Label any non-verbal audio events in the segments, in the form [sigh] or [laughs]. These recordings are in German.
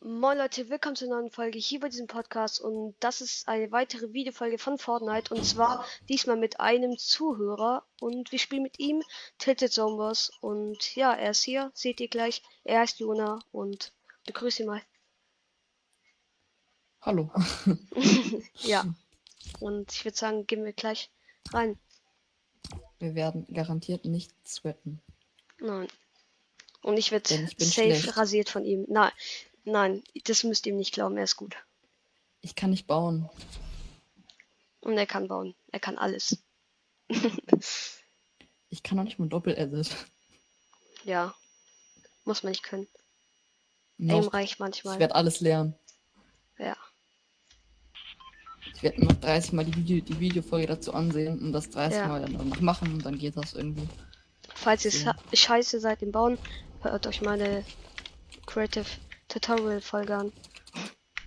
Moin Leute, willkommen zur neuen Folge hier bei diesem Podcast und das ist eine weitere Videofolge von Fortnite und zwar diesmal mit einem Zuhörer und wir spielen mit ihm Tilted Zombies und ja, er ist hier, seht ihr gleich. Er heißt Jona und begrüße ihn mal. Hallo. Ja, und ich würde sagen, gehen wir gleich rein. Wir werden garantiert nicht sweaten. Nein. Und ich werde Denn safe ich bin schlecht. rasiert von ihm. Nein, nein, das müsst ihr ihm nicht glauben, er ist gut. Ich kann nicht bauen. Und er kann bauen, er kann alles. [laughs] Ich kann auch nicht mal Doppel-Edit. Ja, muss man nicht können. Aim Noch. reicht Ich manchmal. werde alles lernen. Ja. Ich werde noch 30 Mal die, Video, die Videofolge dazu ansehen und das 30 Ja. Mal dann danach machen und dann geht das irgendwie. Falls ihr Ja. sa- scheiße seid im Bauen, hört euch meine Creative Tutorial Folge an.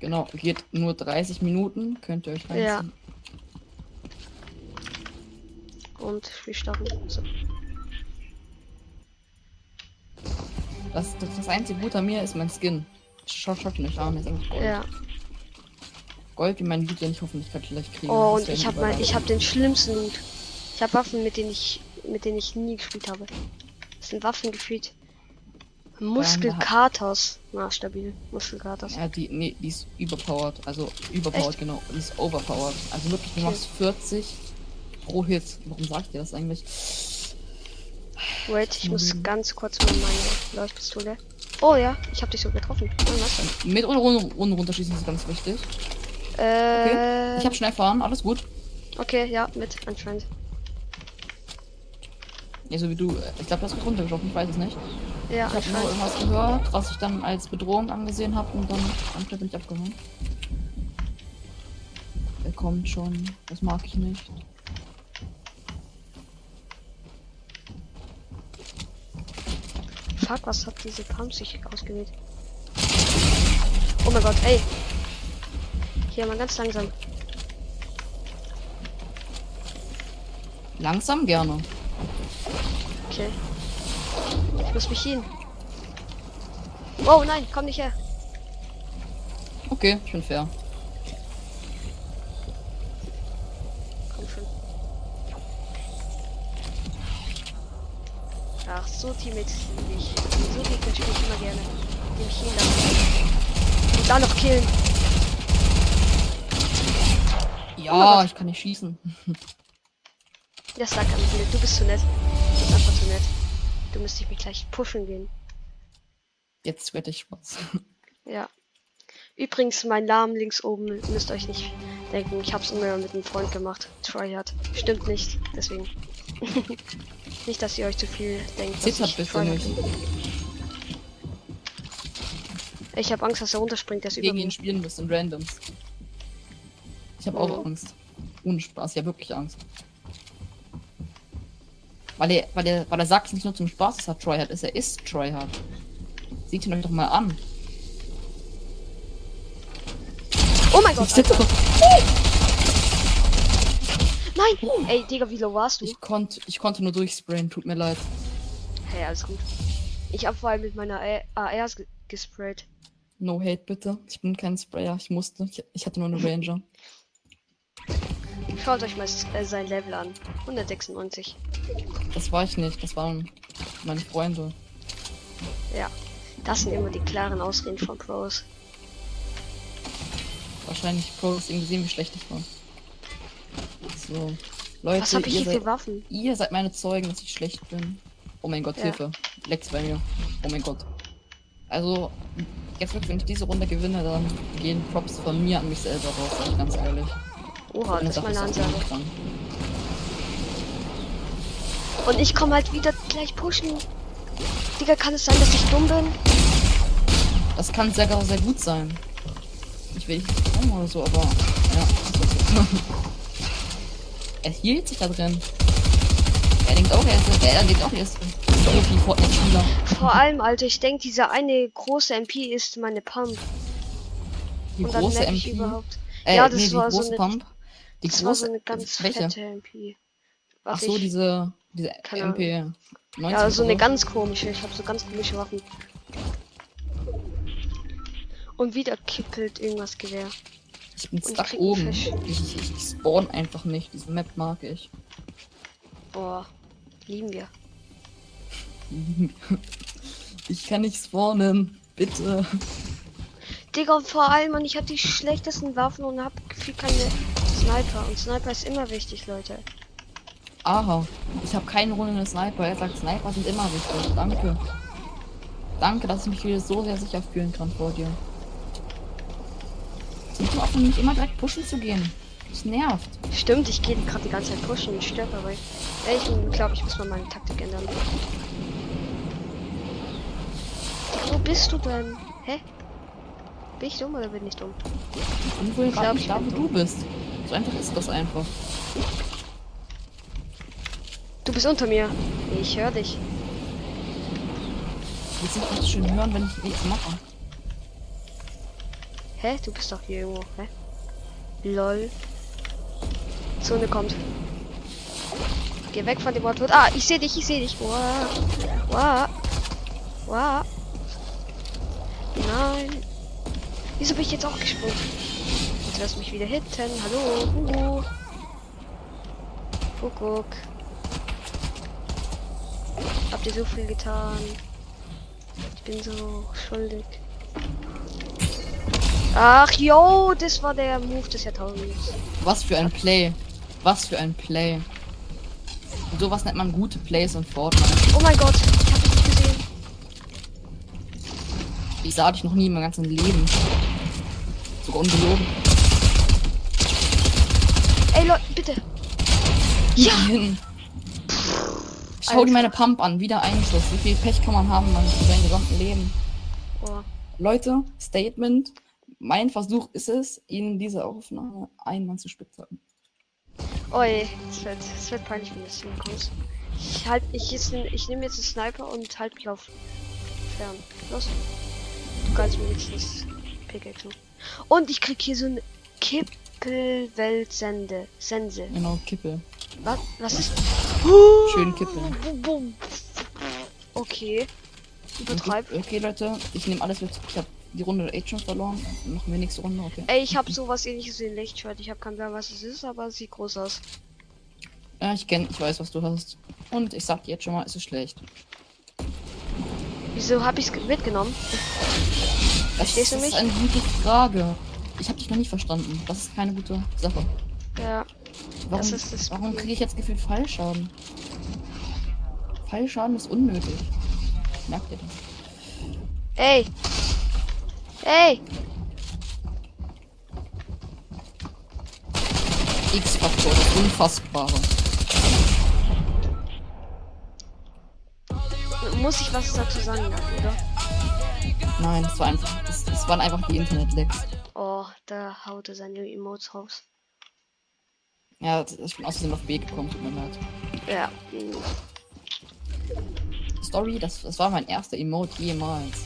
Genau, geht nur 30 Minuten, könnt ihr euch Ja. reinziehen. Und wir starten. So. Das, das, das einzige Gute an mir ist mein Skin. Schaut, schaut ihn euch an, ist einfach Gold. Ja. Gold, wie mein Video nicht hoffentlich gerade gleich kriegen. Oh, und Das wär ich eine habe mal, ich Überraschung. habe den schlimmsten Loot. Ich habe Waffen, mit denen ich, mit denen ich nie gespielt habe. Das sind Waffen gefühlt. Muskelkatos. Na, stabil. Muskelkatos. Ja, die, nee, die ist überpowered. Also überpowered, Echt? genau. Die ist overpowered. Also wirklich, du Okay. machst 40 pro Hit. Warum sag ich dir das eigentlich? Wait, ich Mal muss leben. ganz kurz mal meine Leuchtpistole. Oh ja, ich habe dich so getroffen. Oh, was? Mit und ohne, ohne runterschießen ist ganz wichtig. Äh, Ich habe schon erfahren, alles gut. okay, ja, mit anscheinend. Ja, so wie du. äh, Ich glaube, das wird runtergeschossen, ich weiß es nicht. Ja, Ich habe nur anscheinend. irgendwas gehört, was ich dann als Bedrohung angesehen habe und dann anstatt bin ich abgehauen. Er kommt schon. Das mag ich nicht. Fuck, was hat diese Pump sich ausgewählt? Oh mein Gott, ey. Hier mal ganz langsam. Langsam gerne. Okay. Ich muss mich hin. Oh nein, komm nicht her. Okay, ich bin fair. Komm schon. Ach, so Teammates liebe ich. So Gegner spiele ich immer gerne. Den ich hinlasse. Und dann noch killen. Ja, Gott. Ah, ich kann nicht schießen. Das sagt am Bild. Du bist zu nett. Du bist einfach zu nett. Du müsstest mich gleich pushen gehen. Jetzt werde ich Spaß. Ja. Übrigens, mein Namen links oben müsst euch nicht denken. Ich hab's immer mit einem Freund gemacht. Tryhard. Stimmt nicht, deswegen. [laughs] nicht, dass ihr euch zu viel denkt. dass Zittert ich bitte Tryhard nicht. bin. Ich habe Angst, dass er runterspringt, der ist über Gegen ihn mir. spielen müssen, randoms. Ich habe auch Angst. Ohne Spaß, ja wirklich Angst. Weil er, weil er, weil er sagt, es nicht nur zum Spaß, dass er Tryhard ist. Er ist Tryhard. Sieht ihn euch doch mal an. Oh mein Ich Gott! sitze [laughs] Alter. doch. Nein! Ey, Digga, wie low warst du? Ich konnte, ich konnte nur durchsprayen, tut mir leid. Hey, alles gut. Ich hab vor allem mit meiner A- ARs ge- gesprayt. No hate bitte. Ich bin kein Sprayer, ich musste. Ich, ich hatte nur eine Ranger. Schaut euch mal s- äh, sein Level an. 196. Das war ich nicht, das waren meine Freunde. Ja. Das sind immer die klaren Ausreden von Pros. Wahrscheinlich Pros irgendwie sehen, wie schlecht ich war. So. Leute, Was habe ich ihr hier seid- für Waffen? Ihr seid meine Zeugen, dass ich schlecht bin. Oh mein Gott, Ja. Hilfe. Leckt's bei mir. Oh mein Gott. Also, jetzt wirklich, wenn ich diese Runde gewinne, dann gehen Props von mir an mich selber raus, sag ich ganz ehrlich. Oha, Oh, Meine das ist Sache meine ist Ansage. auch dran. Und ich komme halt wieder gleich pushen. Digga, kann es sein, dass ich dumm bin? Das kann sehr, sehr sehr gut sein. Ich will nicht sagen oder so, aber. Ja, ist okay. [laughs] Er hielt sich da drin. Er denkt auch, er ist äh, Er denkt auch, er ist drin. Das ist irgendwie Fortnite-Spieler. Vor allem, Alter, ich denke, diese eine große MP ist meine Pump. Die Und dann große merk ich MP. überhaupt. Äh, Ja, das nee, die war so große eine- Pump. Die das große, war so eine ganz welche? fette MP. Ach Was so, ich, diese, diese Keine Ahnung. MP. 90 ja, so eine oder ganz komische. Ich habe so ganz komische Waffen. Und wieder kippelt irgendwas Gewehr. Ich bin Und stuck krieg einen oben. Ich, Fisch. ich, ich, ich spawn einfach nicht. Diese Map mag ich. Boah, lieben wir. Ich kann nicht spawnen. Bitte. Digga, und vor allem, und ich hab die schlechtesten Waffen und hab viel keine Sniper. Und Sniper ist immer wichtig, Leute. Aha. Ich habe keinen runden Sniper. Er sagt, Sniper sind immer wichtig. Danke. Danke, dass ich mich wieder so sehr sicher fühlen kann vor dir. Es ist auch nicht immer direkt pushen zu gehen. Das nervt. Stimmt, ich gehe gerade die ganze Zeit pushen und stirb dabei. Ey, Ich glaube, ich muss mal meine Taktik ändern. Digga, Wo bist du denn? Hä? Bin ich dumm oder bin ich dumm? Und wohl glaub, gerade nicht ich da, bin wo du bist. So einfach ist das einfach. Du bist unter mir. Ich höre dich. Willst du mich schön hören, wenn ich nichts mache? Hä? Du bist doch hier irgendwo, hä? Lol. Zone kommt. Geh weg von dem Ort. Ah, ich sehe dich, ich sehe dich. Wow. Wow. Wow. Nein. Wieso bin ich jetzt auch gesprungen? Jetzt lass mich wieder hitten. Hallo. Huhu. Kuckuck. Habt ihr so viel getan? Ich bin so schuldig. Ach, yo, das war der Move des Jahrtausends. Was für ein Play. Was für ein Play. Und sowas nennt man gute Plays in Fortnite. Oh mein Gott, ich hab dich nicht gesehen. Ich sah dich noch nie in meinem ganzen Leben. Sogar ungelogen. Ey, Leute, bitte. Ja. Hin. Schau dir meine Pump an. Wieder ein Schuss. Wie viel Pech kann man haben, man in seinem gesamten Leben? Oh, Leute, Statement. Mein Versuch ist es, Ihnen diese Aufnahme einmal zu spitzhacken. oi, oh, es wird, es wird peinlich, wenn das hinkommst. Ich halt, ich, jetzt- ich nehme jetzt einen Sniper und halt mich auf fern. Los. Du kannst mir jetzt das Pickaxe. tun. Und ich krieg hier so eine Kippelweltsende. Sense. Genau, Kippe. Was, was ist? Schön kippeln. Bum, bum. Okay. Übertreib. Okay, Leute, ich nehme alles mit. Ich habe die Runde echt schon verloren. Machen wir nächste Runde, okay. Ey, ich hab sowas ähnliches wie ein Lichtschwert. Ich hab keinen Plan, was es ist, aber es sieht groß aus. Ja, ich kenne, ich weiß, was du hast. Und ich sag dir jetzt schon mal, es ist schlecht. Wieso hab ich's ge- mitgenommen? Das Verstehst du ist mich? eine gute Frage. Ich habe dich noch nicht verstanden. Das ist keine gute Sache. Ja, Warum, Das ist das warum Problem. kriege ich jetzt gefühlt Fallschaden? Fallschaden ist unnötig. Merkt ihr das? Ey! Ey! X-Faktor, das Unfassbare. Muss ich was dazu sagen, ja, oder? Nein, das war einfach, das, das waren einfach die Internet-Lags. Oh, da haut er seine Emotes raus. Ja, das- ich bin außerdem auf B gekommen, tut mir leid. Ja. Story, das, das war mein erster Emote jemals.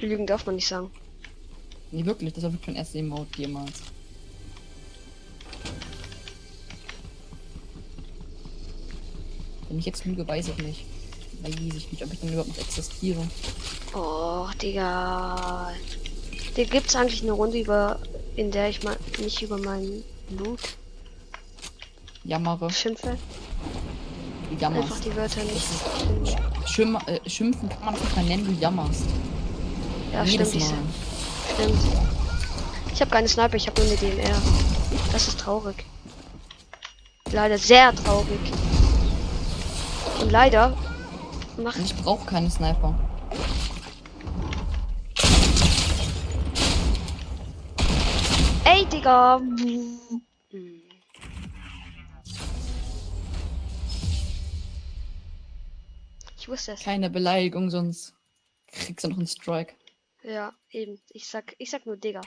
Lügen darf man nicht sagen. Nee, wirklich, das war wirklich mein erster Emote jemals. Wenn ich jetzt lüge, weiß ich nicht. Weiß ich nicht, ob ich dann überhaupt noch existiere. Oh, Digga. Dir gibt's eigentlich eine Runde über, in der ich mal nicht über meinen Loot Jammere, schimpfe. du jammerst. Einfach die Wörter nicht. Schim äh, schimpfen kann man nicht mal nennen, du jammerst. Ja, stimmt. Ich, Mal. stimmt. Ich habe keine Sniper, ich habe nur eine DMR. Das ist traurig. Leider sehr traurig. Und leider macht Und ich brauche keine Sniper. Ey, Digga! Ich wusste es. Keine Beleidigung, sonst kriegst du noch einen Strike. Ja, eben. Ich sag, ich sag nur Digga.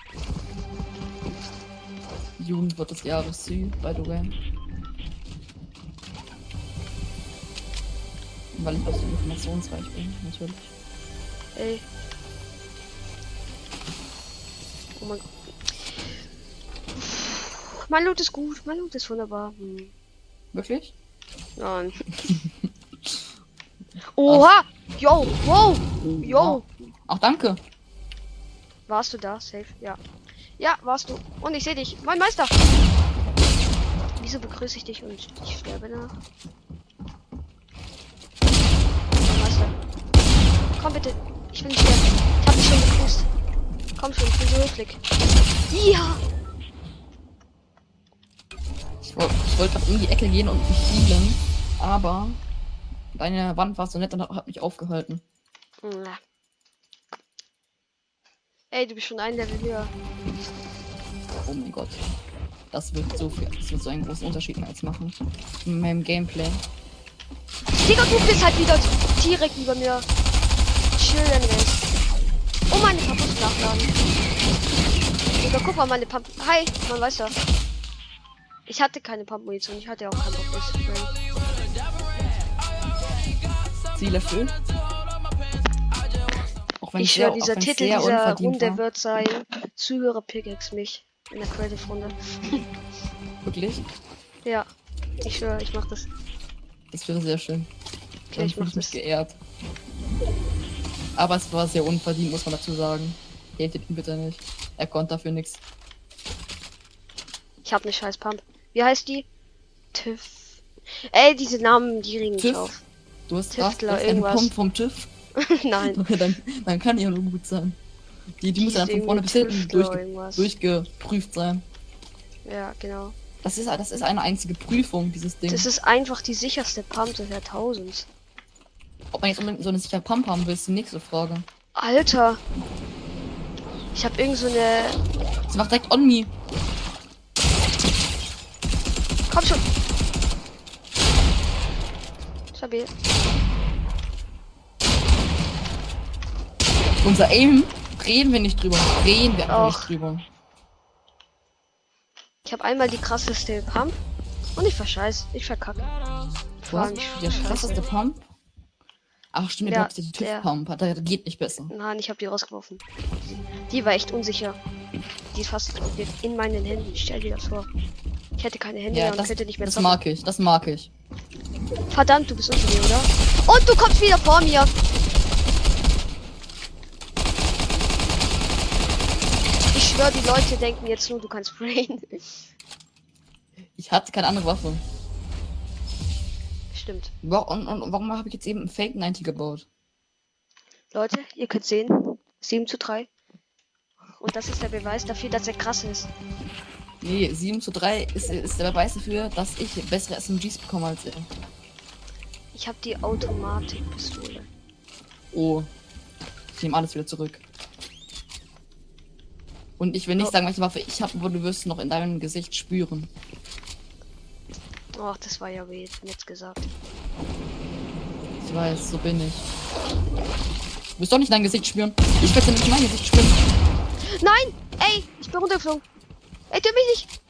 Jugendwort des Jahres, sie, by the way. Weil ich auch so informationsreich bin, natürlich. Ey. Oh mein Gott. Mein Loot ist gut, mein Loot ist wunderbar. Hm. Wirklich? Nein. Oha! Yo, wow! Yo! Ach, danke. Warst du da? Safe, ja. Ja, warst du. Und ich sehe dich. Mein Meister! Wieso begrüße ich dich und ich sterbe danach? Mein Meister. Komm bitte. Ich will nicht sterben. Ich hab dich schon begrüßt. Komm schon, ich bin so höflich. Ja! Ich wollte ich wollt grad in die Ecke gehen und mich healen, aber deine Wand war so nett und hat, hat mich aufgehalten. Na. Ey, du bist schon ein Level höher. Oh mein Gott. Das wird so viel, das wird so einen großen Unterschied mehr jetzt machen. In meinem Gameplay. Digga, du bist halt wieder direkt über mir. Chill dein Rest. Oh, meine Pump muss nachladen. Digga, guck mal, meine Pump. Hi, man weiß ja. Ich hatte keine Pump-Munition, ich hatte auch keinen Bock mehr zu spielen. Ziel erfüllt. Auch Ich sehr- höre, auch dieser wenn's Titel sehr dieser unverdient Runde war. wird sein. Zuhörer pickaxe mich. In der Creative-Runde. Wirklich? Ja. Ich höre, ich mach das. Das wäre sehr schön. Okay, ich Dann mach fühle mich das. geehrt. Aber es war sehr unverdient, muss man dazu sagen. Hatet ihn bitte nicht. Er konnte dafür nichts. Ich hab ne scheiß Pump. Wie heißt die? Tiff. Ey, diese Namen, die regen mich Tiff? auf. [laughs] Du hast, Tiftler, was, du hast einen irgendwas. Pump vom TÜV. [laughs] Nein. dann, dann kann die ja nur gut sein. Die, die muss ja dann von vorne bis hinten durchge durch, durchgeprüft sein. Ja, genau. Das ist, das ist eine einzige Prüfung, dieses Ding. Das ist einfach die sicherste Pump des Jahrtausends. Ob man jetzt unbedingt so eine sichere Pump haben will, ist die nächste Frage. Alter. Ich habe irgend so eine. Sie macht direkt on me. Komm schon. Stabil. Unser Aim reden wir nicht drüber. Reden wir einfach Och. nicht drüber. Ich habe einmal die krasseste Pump. Und ich verscheiß. Ich verkacke. Du hast der krasseste Pump. Ach stimmt, Ja, ja, du hast die der- TÜV-Pump. Da da geht nicht besser. Nein, ich habe die rausgeworfen. Die war echt unsicher. Die ist fast explodiert in meinen Händen. Stell dir das vor. Ich hätte keine Hände Ja, mehr und das, könnte nicht mehr das zocken. mag ich, das mag ich. Verdammt, du bist unter mir, oder? Und du kommst wieder vor mir. Ich schwöre, die Leute denken jetzt nur, du kannst sprayen. Ich hatte keine andere Waffe. [laughs] Stimmt. Wa- Und, und warum habe ich jetzt eben einen Fake 90 gebaut? Leute, ihr könnt sehen. 7 zu 3. Und das ist der Beweis dafür, dass er krass ist. Nee, 7 zu 3 ist, ist der Beweis dafür, dass ich bessere SMGs bekomme als er. Ich habe die Automatikpistole. Oh. Ich nehme alles wieder zurück. Und ich will nicht Oh. sagen, welche Waffe ich habe, aber du wirst es noch in deinem Gesicht spüren. Ach, das war ja weird, jetzt gesagt. Ich weiß, so bin ich. Du wirst doch nicht dein Gesicht spüren. Ich werde nicht mein Gesicht spüren. Nein! Ey, ich bin runtergeflogen. Ey, töte mich nicht!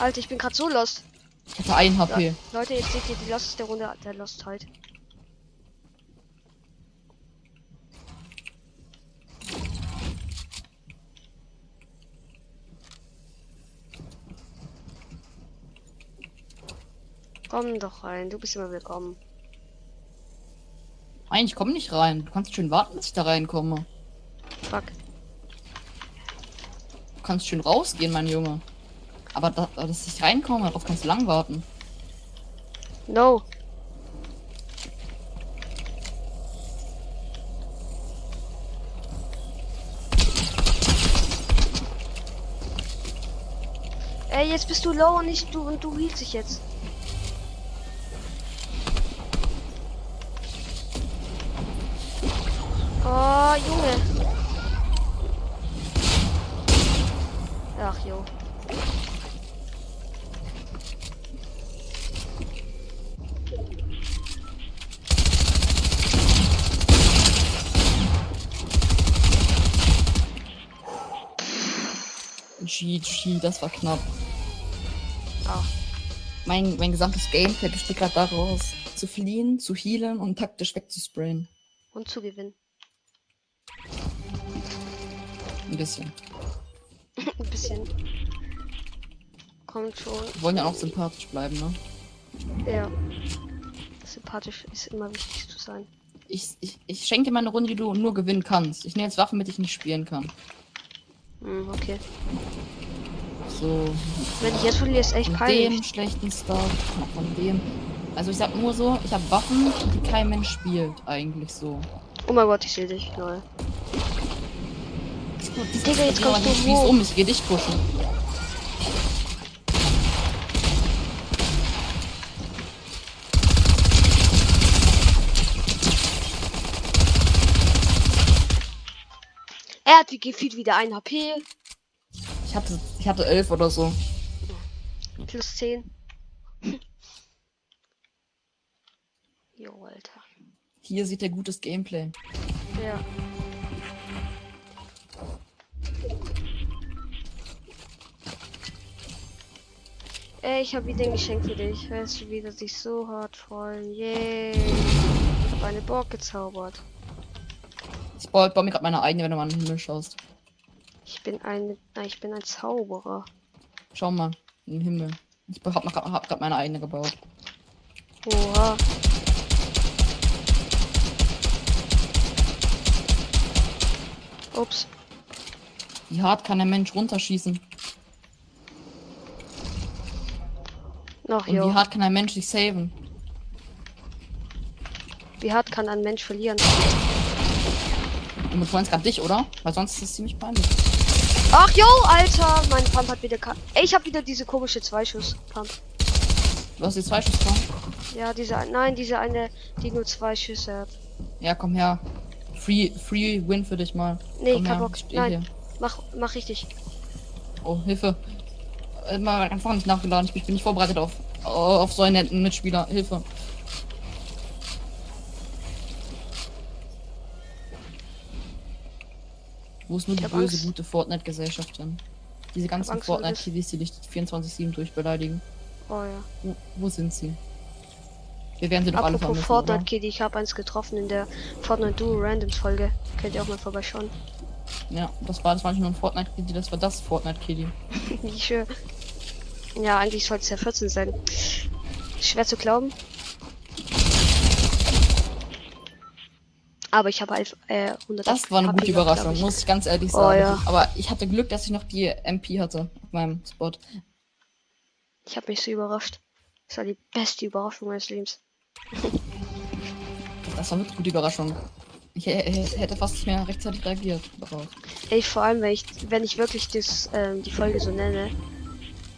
Alter, ich bin gerade so lost. Ich hatte 1 HP. Leute, jetzt seht ihr die losteste Runde der Lost halt. Komm doch rein, du bist immer willkommen. Nein, ich komme nicht rein. Du kannst schön warten, bis ich da reinkomme. Fuck. Du kannst schön rausgehen, mein Junge. Aber da, aber dass ich reinkomme, darauf kannst du lang warten. No. Ey, jetzt bist du low und ich du und du hielst dich jetzt. Oh, Junge. Ach, jo. GG, das war knapp. Ah. Mein, mein gesamtes Gameplay besteht gerade daraus, zu fliehen, zu healen und taktisch wegzusprayen. Und zu gewinnen. Ein bisschen. Ein bisschen. Kommt schon. Wir wollen ja auch sympathisch bleiben, ne? Ja. Sympathisch ist immer wichtig zu sein. Ich, ich, ich schenke mal eine Runde, die du nur gewinnen kannst. Ich nehme jetzt Waffen, mit ich nicht spielen kann. Hm, okay. So, Wenn ich jetzt verliere, ist echt von peinlich. dem schlechten Stuff, noch von dem. Also ich sag nur so, ich habe Waffen, die kein Mensch spielt, eigentlich so. Oh mein Gott, ich sehe dich. Lol. Ist gut, das Digga, jetzt ist kommst aber du nicht, wie es hoch. um, ich geh dich pushen. Er hat wie gefühlt wieder ein HP. Ich hatte, ich hatte elf oder so. Plus 10. [laughs] Jo, Alter. Hier sieht er gutes Gameplay. Ja. Ey, ich habe wieder ein Geschenk für dich. Weißt du, wie das dich so hart freuen? Yay. Ich habe eine Burg gezaubert. Ich baue, baue mir gerade meine eigene, wenn du mal in den Himmel schaust. Ich bin ein, nein, ich bin ein Zauberer. Schau mal, in den Himmel. Ich hab, hab, hab gerade meine eigene gebaut. Oha. Ups. Wie hart kann der Mensch runterschießen? Noch Und wie jo. hart kann ein Mensch sich saven? Wie hart kann ein Mensch verlieren? Und mit Freund gerade dich, oder? Weil sonst ist es ziemlich peinlich. Ach jo, Alter, mein Pump hat wieder. Ka Ey, ich habe wieder diese komische Zweischuss-Pump. Du hast die zwei Schuss komm. Ja, diese ein- nein, diese eine, die nur zwei Schüsse hat. Ja, komm her. Free, free win für dich mal. Nee, komm kein her, Bock. ich steh Nein. Mach, mach richtig. Oh, Hilfe. Äh, Mal einfach nicht nachgeladen. Ich bin- ich bin nicht vorbereitet auf, auf so einen netten Mitspieler. Hilfe. Wo ist nur die hab böse, Angst. gute Fortnite-Gesellschaft hin? Diese ganzen Angst vor dir. Fortnite-TVs, die dich 24-7 durchbeleidigen. Oh ja. Wo, wo sind sie? Wir werden sie doch alle Apropos vermissen, Fortnite oder? Kitty, ich habe eins getroffen in der Fortnite Duo Randoms Folge. Könnt ihr auch mal vorbeischauen. [laughs] Ja, das war, das war nicht nur ein Fortnite-Kitty, das war das Fortnite-Kitty. Ich schwör. Ja, eigentlich sollte es ja 14 sein. Schwer zu glauben. Aber ich habe elf- äh, 100 Das war eine HP gute gehabt, glaub Überraschung, ich. muss ich ganz ehrlich Oh, sagen. ja. Aber ich hatte Glück, dass ich noch die MP hatte auf meinem Spot. Ich habe mich so überrascht. Das war die beste Überraschung meines Lebens. Das war wirklich eine gute Überraschung. Ich hä- hä- hätte fast nicht mehr rechtzeitig reagiert darauf. Ey, vor allem, wenn ich, wenn ich wirklich das, ähm, die Folge so nenne,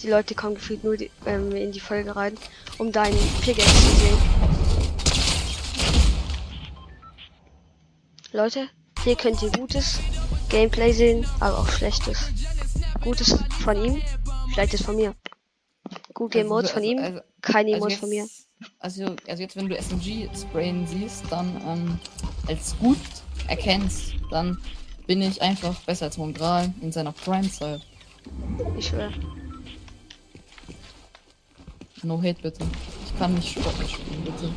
die Leute kommen gefühlt nur die, ähm, in die Folge rein, um deinen Pickaxe zu sehen. Leute, hier könnt ihr gutes Gameplay sehen, aber auch schlechtes. Gutes von ihm, schlechtes von mir. Gute Emotes von ihm, also, keine also Emotes jetzt, von mir. Also, also jetzt, wenn du SMG sprayen siehst, dann ähm, als gut erkennst, dann bin ich einfach besser als Mongral in seiner Prime-Zeit. Ich schwöre. No hate bitte. Ich kann nicht Sport spielen, bitte.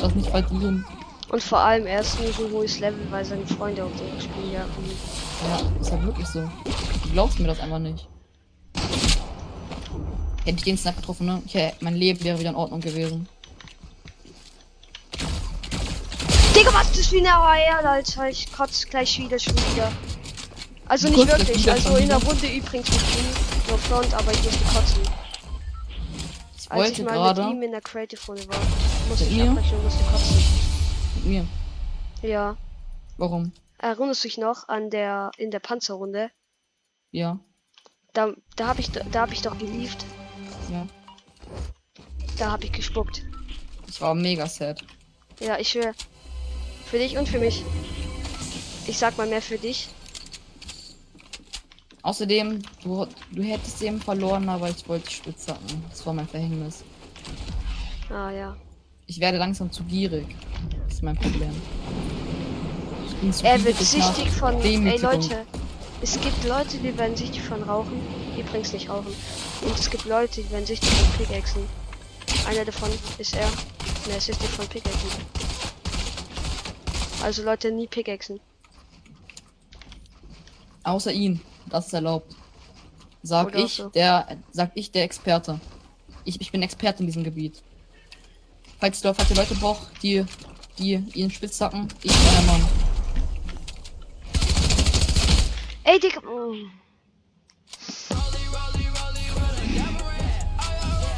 Das nicht verdient. Und vor allem, er ist nur so ein hohes Level, weil seine Freunde auf dem Spiel ja. und- Ja, ist halt wirklich so. Du glaubst mir das einfach nicht. Hätte ich den Snap getroffen, ne? Ich, hä- mein Leben wäre wieder in Ordnung gewesen. Digga, was ist wie eine AR, Alter? Ich kotze gleich wieder schon wieder. Also Du nicht kotzt gleich wirklich, wieder also schon in der wieder? Runde übrigens mit ihm. Nur Front, aber ich musste kotzen. Ich Als ich wollte mal gerade mit ihm mit, in der Creative Runde war, musste Mit ich mir? abbrechen und musste kotzen. mir. Ja. Warum? Erinnerst du dich noch an der in der Panzerrunde? Ja, Da, da habe ich da habe ich doch gelieft. ja. Da habe ich gespuckt. Ich war mega sad. Ja, ich schwör. Für dich und für mich. Ich sag mal mehr für dich. Außerdem, du, du hättest eben verloren, aber ich wollte dich spitzhacken. Das war mein Verhängnis. Ah ja. Ich werde langsam zu gierig. Das ist mein Problem. Ich bin zu Er wird gierig nach süchtig von. Ey Demütigung. Leute, es gibt Leute, die werden süchtig von Rauchen. Übrigens nicht Rauchen. Und es gibt Leute, die werden süchtig von Pickaxen. Einer davon ist er. Und er ist süchtig von Pickaxen. Also Leute, nie Pickaxen. Außer ihn. Das ist erlaubt. Sag Oder ich, so. der, sag ich, der Experte. Ich, ich bin Experte in diesem Gebiet. Falls du falls ihr Leute braucht, die, die ihren Spitzhacken, ich bin der Mann. Ey, Digga. mm.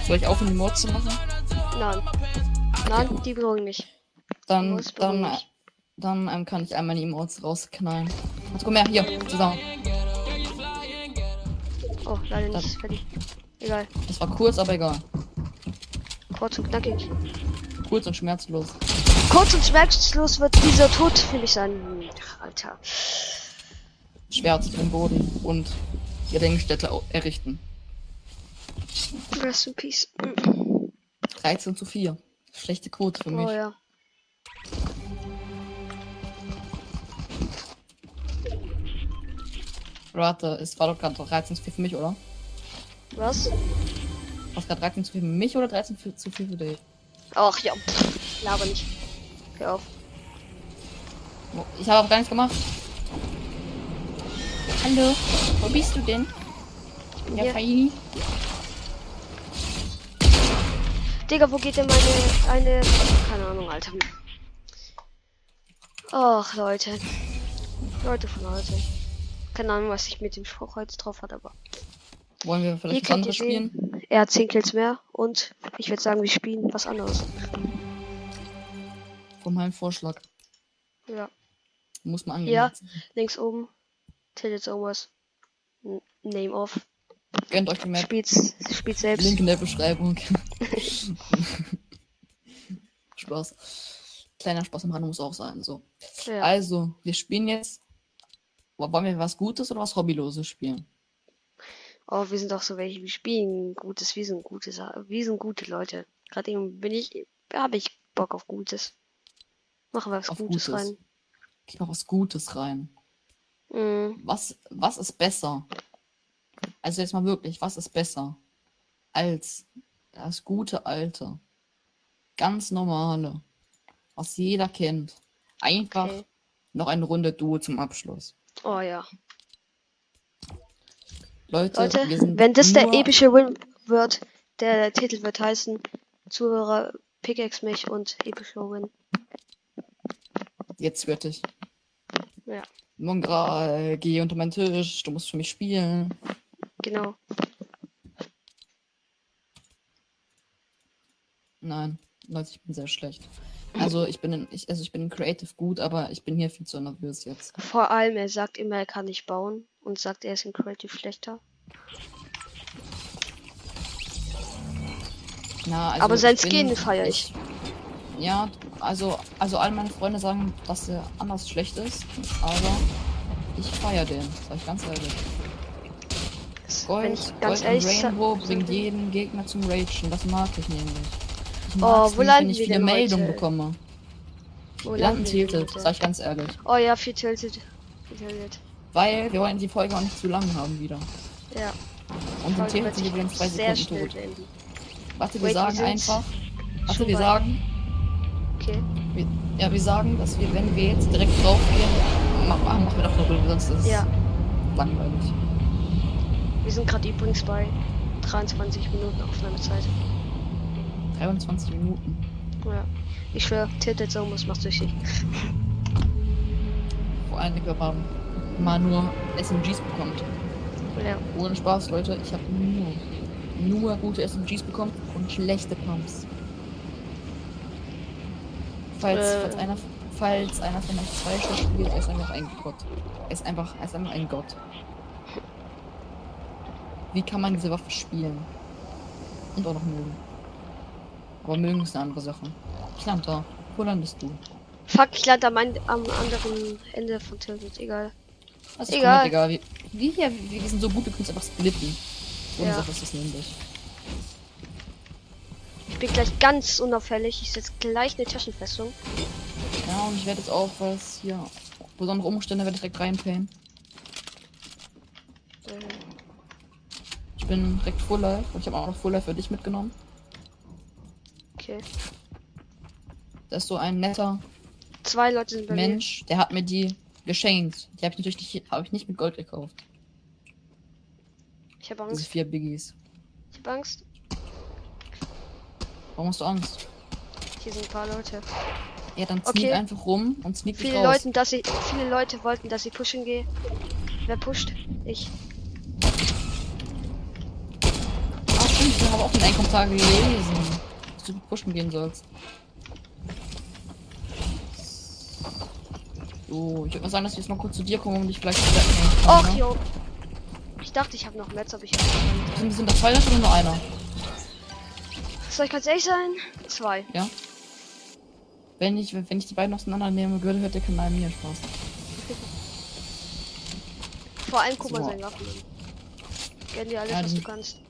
Soll ich aufhören, die Mord zu machen? Nein. Nein, die bedrohen nicht. Dann, Muss dann, beruhigt. dann ähm, kann ich einmal die Emotes rausknallen. Jetzt komm her, hier, zusammen. Oh, leider nicht. Fertig. Egal. Das war kurz, aber egal. Kurz und knackig. Kurz und schmerzlos. Kurz und schmerzlos wird dieser Tod für mich sein. Ach, Alter. Schwert im Boden und Gedenkstätte au- errichten. Rest in peace. 13 zu 4. Schlechte Quote für mich. Oh ja. Warte, es war doch gerade 13 zu 4 für mich, oder? Was? War es gerade 13 zu 4 für mich oder 13 für- zu 4 für dich? Ach ja. Pff, Laber nicht. Hör auf. Wo- Ich habe auch gar nichts gemacht. Hallo, wo bist du denn? Ich bin Ja, hier. Faini. Digga, wo geht denn meine eine. Keine Ahnung, Alter. Ach, Leute. Leute von heute. Keine Ahnung, was ich mit dem Spruch heute drauf hatte, aber. Wollen wir vielleicht was könnt anderes ihr sehen. spielen? Er hat 10 Kills mehr und ich würde sagen, wir spielen was anderes. Von meinem Vorschlag. Ja. Muss man Ja. angehen. Links oben. Tilted irgendwas. N- Name off. Gönnt euch die Map. Spielt's, spielt selbst. Link in der [laughs] Beschreibung. Spaß. Kleiner Spaß am Rand muss auch sein. So. Ja. Also, wir spielen jetzt. Wo- Wollen wir was Gutes oder was Hobbyloses spielen? Oh, wir sind doch so welche, wir spielen Gutes, wir sind gute, Sa- wir sind gute Leute. Gerade eben bin ich, habe ich Bock auf Gutes. Machen wir was Auf Gutes, Gutes. rein. Ich mach was Gutes rein. Mm, Was, was ist besser? Also jetzt mal wirklich, was ist besser als das gute alte, ganz normale, was jeder kennt? Einfach Okay. noch eine Runde Duo zum Abschluss. Oh ja. Leute, Leute, Also, wir sind wenn das der nur- epische Win wird, der Titel wird heißen, Zuhörer, Pickaxe mich und epischer Win. Jetzt wird ich. Ja. Mongral, geh unter meinen Tisch, du musst für mich spielen. Genau. Nein, Leute, ich bin sehr schlecht. Also ich bin in, ich, also ich bin in Creative gut, aber ich bin hier viel zu nervös jetzt. Vor allem, er sagt immer, er kann nicht bauen und sagt, er ist in Creative schlechter. Na, also Aber sein ich Skin feier ich. Ja, also, also all meine Freunde sagen, dass er anders schlecht ist, aber ich feier den, sag ich ganz ehrlich. Das- Gold, Wenn ich ganz Gold ehrlich und sa- Rainbow sagen bringt will- jeden Gegner zum Ragen, das mag ich nämlich. Ich Oh, mag's wo nicht, landen wenn ich wir viele denn heute? Meldungen bekomme. Wo Wir landen landen wir denn tiltet, heute? sag ich ganz ehrlich. Oh ja, viel tilted. Viel tilted. Weil wir wollen die Folge auch nicht zu lang haben wieder. Ja. Und die Folge Themen wird sind sich übrigens zwei sehr Sekunden schnell tot. beenden. Warte, wir Wait, wir sagen sind einfach. Warte, schon wir bei- sagen. Okay. Wir, ja, wir sagen, dass wir, wenn wir jetzt direkt drauf gehen, ma- ah, machen wir doch eine Runde, sonst ist es Ja. langweilig. Wir sind gerade übrigens bei 23 Minuten Aufnahmezeit. 23 Minuten. Ja. Ich schwöre, tilted Somus macht süchtig. Vor allen Dingen, wenn man mal nur SMGs bekommt. Ja. Ohne Spaß, Leute. Ich habe nur, nur gute SMGs bekommen und schlechte Pumps. Falls, Äh. falls, einer, falls einer von euch zwei Schuss spielt, er ist einfach ein Gott. Er ist einfach, er ist einfach ein Gott. Wie kann man diese Waffe spielen? Und auch noch mögen. Aber mögen ist eine andere Sache. Ich lande da. Wo landest du? Fuck, ich lande am, ein- am anderen Ende von tilted. Egal. Also ich Egal. egal. egal. Wir, wir hier, wir wir sind so gut, wir können es einfach splitten. So eine Ja. Sache ist das nämlich. Ich bin gleich ganz unauffällig. Ich setze gleich eine Taschenfestung. Ja, und ich werde jetzt auch was hier. Besondere Umstände werde ich direkt reinpayen. Äh, Ich bin direkt Full Life und ich habe auch noch Full Life für dich mitgenommen. Okay. Da ist so ein netter Zwei Leute sind bei Mensch, der hat mir die geschenkt. Die habe ich natürlich nicht, hab ich nicht mit Gold gekauft. mir. Ich habe Diese Angst. vier Biggies. Ich habe Angst. Warum hast du Angst? Ich Hier sind ein paar Leute. Ja, dann sneak Okay. einfach rum und sneak dich Viele, raus. Leuten, dass ich, viele Leute wollten, dass ich pushen gehe. Wer pusht? Ich. Ach stimmt, ich habe auch den Einkommenstag gelesen. Dass du pushen gehen sollst. So, ich würde mal sagen, dass wir jetzt mal kurz zu dir kommen, um dich vielleicht zu retten. Och, ne? jo. Ich dachte, ich habe noch Metz, aber ich hab nicht. Sind, sind das zwei Leute oder nur einer? Soll ich ganz ehrlich sein? Zwei. Ja? Wenn ich, wenn ich die beiden auseinandernehme würde, hört der Kanal mir Spaß. Vor allem guck mal So. seine Waffen an. Gönn dir alles, Ja, was die- du kannst.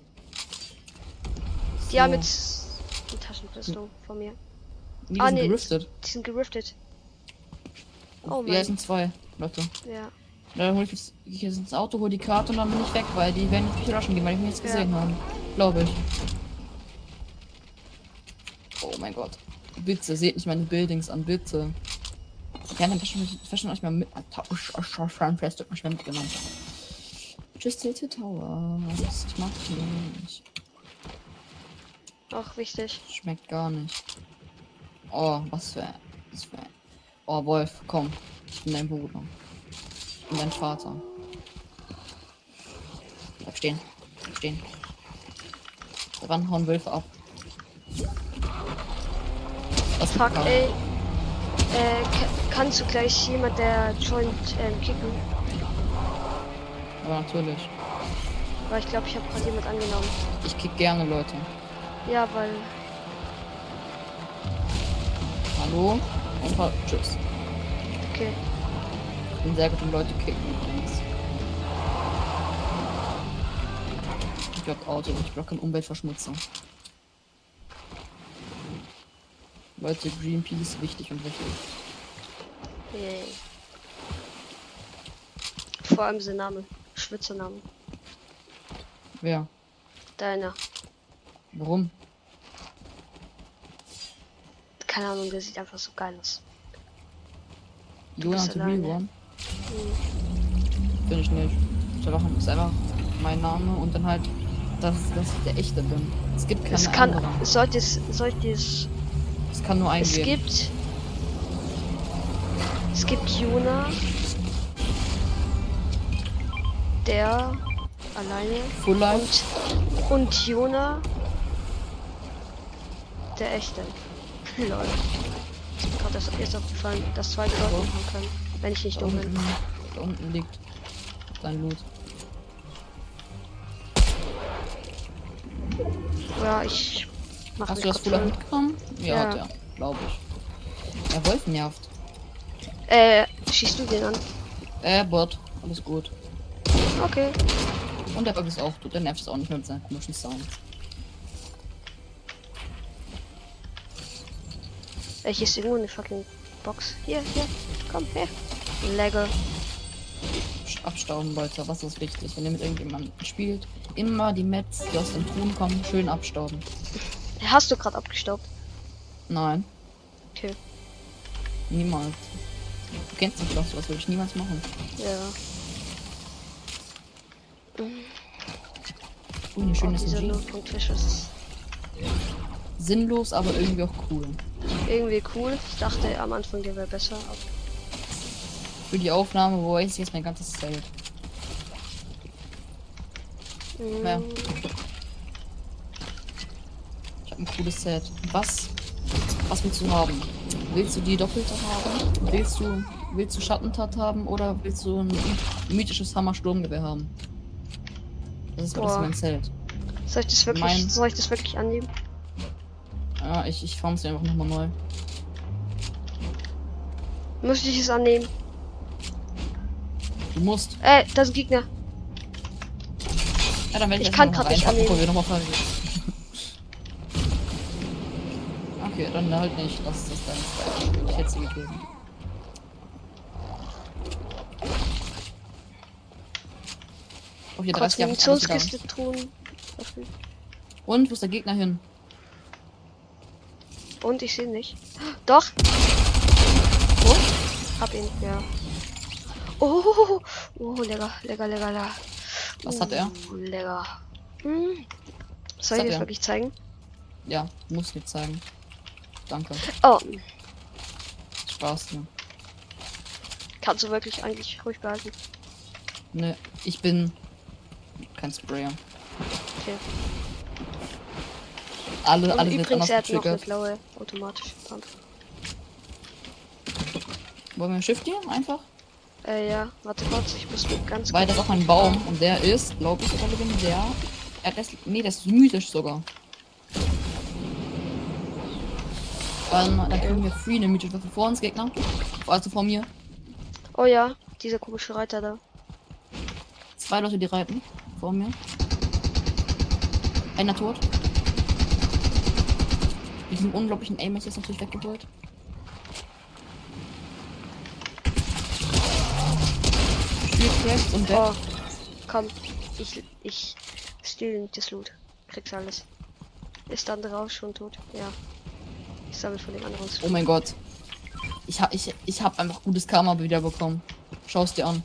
Die So. haben jetzt eine Taschenpistole von mir. Die Ah, sind nee. geriftet. Die sind geriftet. Oh Hier Mann. sind zwei Leute. Ja. Dann hol ich jetzt, ich jetzt ins Auto, hol die Karte und dann bin ich weg, weil die werden jetzt mich rushen gehen, weil die mich jetzt Ja. gesehen haben. Glaube ich. Oh mein Gott. Bitte, seht nicht meine Buildings an, bitte. Ja, dann verschen euch- verschen euch mal mit. Ah, ta- usch, usch, usch, Fran Fest wird mich mal mitgenommen. Tschüss, Tilted Tower. Ich mag die nicht. Auch wichtig. Schmeckt gar nicht. Oh, was für ein. Was für ein. Oh, Wolf, komm. Ich bin dein Bruder. Ich bin dein Vater. Bleib stehen. Bleib stehen. Daran hauen Wölfe ab. Das Fuck, war- ey. Äh, ka- kannst du gleich jemand, der joint, ähm, kicken? Aber natürlich. Weil ich glaube, ich habe gerade jemand angenommen. Ich kick gerne Leute. Ja, weil. Hallo? Und ha- tschüss. Okay. Ich bin sehr gut im Leute kicken übrigens. Ich block Auto, ich block keine Umweltverschmutzung. Leute, Greenpeace ist wichtig und richtig. Yay. Vor allem sein Name. Schwitzername. Wer? Deiner. Warum? Keine Ahnung, der sieht einfach so geil aus. Jonathan alleine. Hm. Real One? Bin ich nicht. Ist einfach, ist einfach mein Name und dann halt, dass, dass ich der echte bin. Es gibt keine es kann. anderen. Es sollte es. Sollte es. Es kann nur einen Es geben. gibt. Es gibt Jona. Der. Alleine. Full Life? Und. Und Jona. Der echte. [laughs] Lol. Gott, das ist aufgefallen, dass zwei Leute machen können. Wenn ich nicht Da dumm bin. unten, da unten liegt dein Loot. Ja, ich mach Hast mich du das kurz Fuller voll. mitgenommen? Ja, Ja. hat er. Glaube ich. Er Wolf nervt. Äh, schießt du den an? Äh, Bot. Alles gut. Okay. Und der Bug ist auch tot. Der nervt es auch nicht mehr mit seinen komischen Sounds. Äh, hier ist irgendwo eine fucking Box. Hier, hier. Komm, her. Lego. Sch- Abstauben, Leute. Was ist wichtig? Wenn ihr mit irgendjemandem spielt, immer die Mets, die aus den Truhen kommen, schön abstauben. Hast du gerade abgestaubt? Nein. Okay. Niemals. Du kennst mich doch. Sowas würde ich niemals machen. Ja. Uh, eine Oh, schöne dieser SMG. Nullpunktfisch ist Sinnlos, aber irgendwie auch cool. irgendwie cool. Ich dachte am Anfang, der wäre besser. Aber Für die Aufnahme, wo ich jetzt mein ganzes Zelt. Mm, Ja. Ich habe ein cooles Set. Was? Was willst du haben? Willst du die doppelte haben? Willst du, willst du Schattentat haben oder willst du ein mythisches Hammer-Sturmgewehr haben? Das ist, das ist Boah. mein Zelt. Soll ich das wirklich, Mein- soll ich das wirklich annehmen? Ja, ich, ich form's mir einfach nochmal neu. Müsste ich es annehmen? Du musst. Äh, das ist ein Gegner. Ja, dann werde ich, Ich erst kann noch mal grad nicht reinpacken, bevor annehmen. wir nochmal fahren. [laughs] okay, dann halt nicht. Das ist dann Spiel. Ich hätte sie gegeben. Oh, hier 30 Jahre ist alles Konstruktionskiste tun. egal. Und wo ist der Gegner hin? Und ich sehe nicht. Doch. Wo? Hab ihn, ja. Oh, oh, lecker, lecker, lecker, lecker. Was hat er? Oh, lecker. Hm. Soll hat ich das er? wirklich zeigen? Ja, muss nicht zeigen. Danke. Oh, Spaß ne. nur. kannst du wirklich eigentlich ruhig behalten. Ne, ich bin kein Sprayer. Okay. Alle, Und alle wird übrigens, anders er hat noch eine getriggert. blaue automatische Pump. Wollen wir Shift gehen? Einfach? Äh, ja, warte kurz, ich muss mir ganz Weil das ist auch ein Baum und der ist, glaube ich, oder bin der. Er das, nee, der ist mythisch sogar. Ähm, dann kriegen wir Free eine mythische Waffe vor uns, Gegner. Also vor mir. Oh ja, dieser komische Reiter da. Zwei Leute, die reiten. Vor mir. Einer tot. Mit diesem unglaublichen Aim ist jetzt natürlich weggeholt. Spiel crashed und der. Oh, komm, ich, ich stehle nicht das Loot. Krieg's alles. Ist der andere auch schon tot? Ja. Ich sammle von dem anderen. Oh mein Gott. Ich hab, ich, ich hab einfach gutes Karma wiederbekommen. Schau's dir an.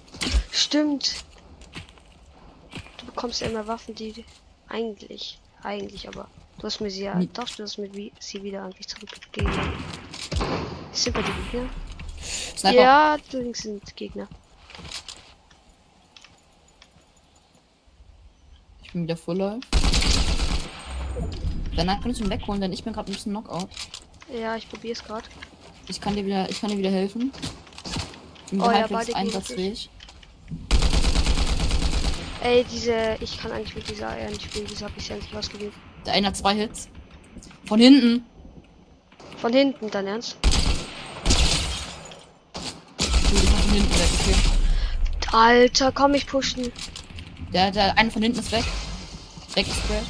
Stimmt. Du bekommst ja immer Waffen, die eigentlich, eigentlich, aber du hast mir sie ja, Hm. darfst du das mit wie, sie wieder eigentlich zurückgeben? Sind bei die Gegner? Sniper. Ja, da links sind Gegner. Ich bin wieder full life. Danach kannst du ihn wegholen, denn ich bin gerade ein bisschen Knockout. Ja, ich probiere es gerade. Ich kann dir wieder, ich kann dir wieder helfen. Ich bin Oh ja, halbwegs beide gegen einsatzfähig. Ey, diese, ich kann eigentlich mit dieser Eier nicht spielen, diese habe ich ja nicht ausgewählt. Der eine hat zwei Hits. Von hinten. Von hinten, dann ernst? Du, ich mach von hinten weg, okay. Alter, komm, ich pushen. Der, der eine von hinten ist weg. Weggesprayt.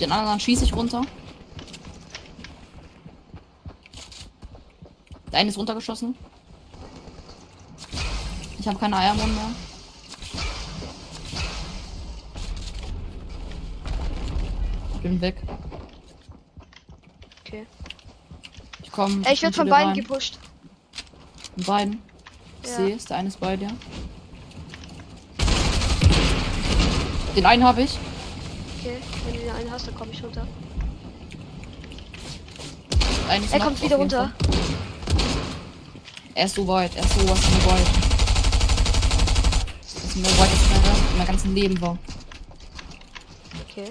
Den anderen schieße ich runter. Der eine ist runtergeschossen. Ich habe keine Eiermund mehr. Bin weg. Okay. Ich komme. Ey, ich werde von beiden gepusht. Von beiden. Ich Ja. sehe es, der eine ist bei dir. Den einen habe ich. Okay, wenn du den einen hast, dann komm ich runter. Der eine ist Er nackt kommt auf wieder jeden runter. Fall. Er ist so weit, er ist sowas von weit. Das ist mir weit, als ich in meinem ganzen Leben war. Okay.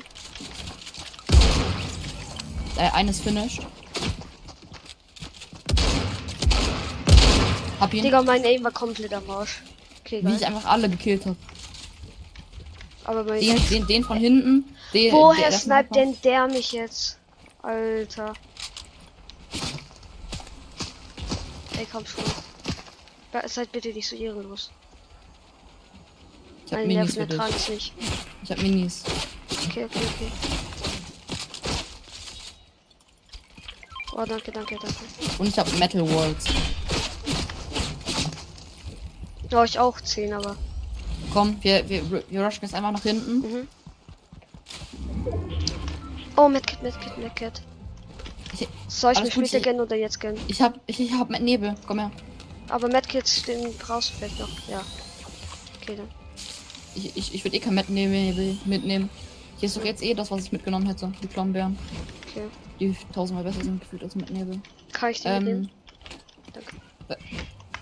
Äh, eines finished. Hab ihn, Digga, mein Aim war komplett am Arsch. Okay, wie ich geil. einfach alle gekillt hab. Aber mein Den, den, den von hinten, den. Woher der- sniped denn der mich jetzt? Alter. Ey, komm schon. Be- Seid bitte nicht so ehrenlos. Ich hab Meine Minis Nerven für dich. ertragen es nicht. Ich hab Minis. Okay, okay, okay. Oh, danke, danke, danke. Und ich hab Metal Walls. Ja, ich auch 10, aber. Komm, wir, wir, wir rushen jetzt einfach nach hinten. Mhm. Oh, Medkit, Medkit, Medkit. Ich- Soll ich alles mir gut, später ich- gönnen oder jetzt gönnen? Ich hab, ich, ich hab mit Nebel. Komm her. Aber Medkits, den brauchst du vielleicht noch. Ja. Okay, dann. Ich, ich, ich würde eh kein Met- Nebel mitnehmen. Hier ist doch jetzt eh das, was ich mitgenommen hätte. Die Klombeeren. Okay. Die tausendmal besser sind gefühlt als mit Nebel. Kann ich den mitnehmen? Ähm, Danke. Ä-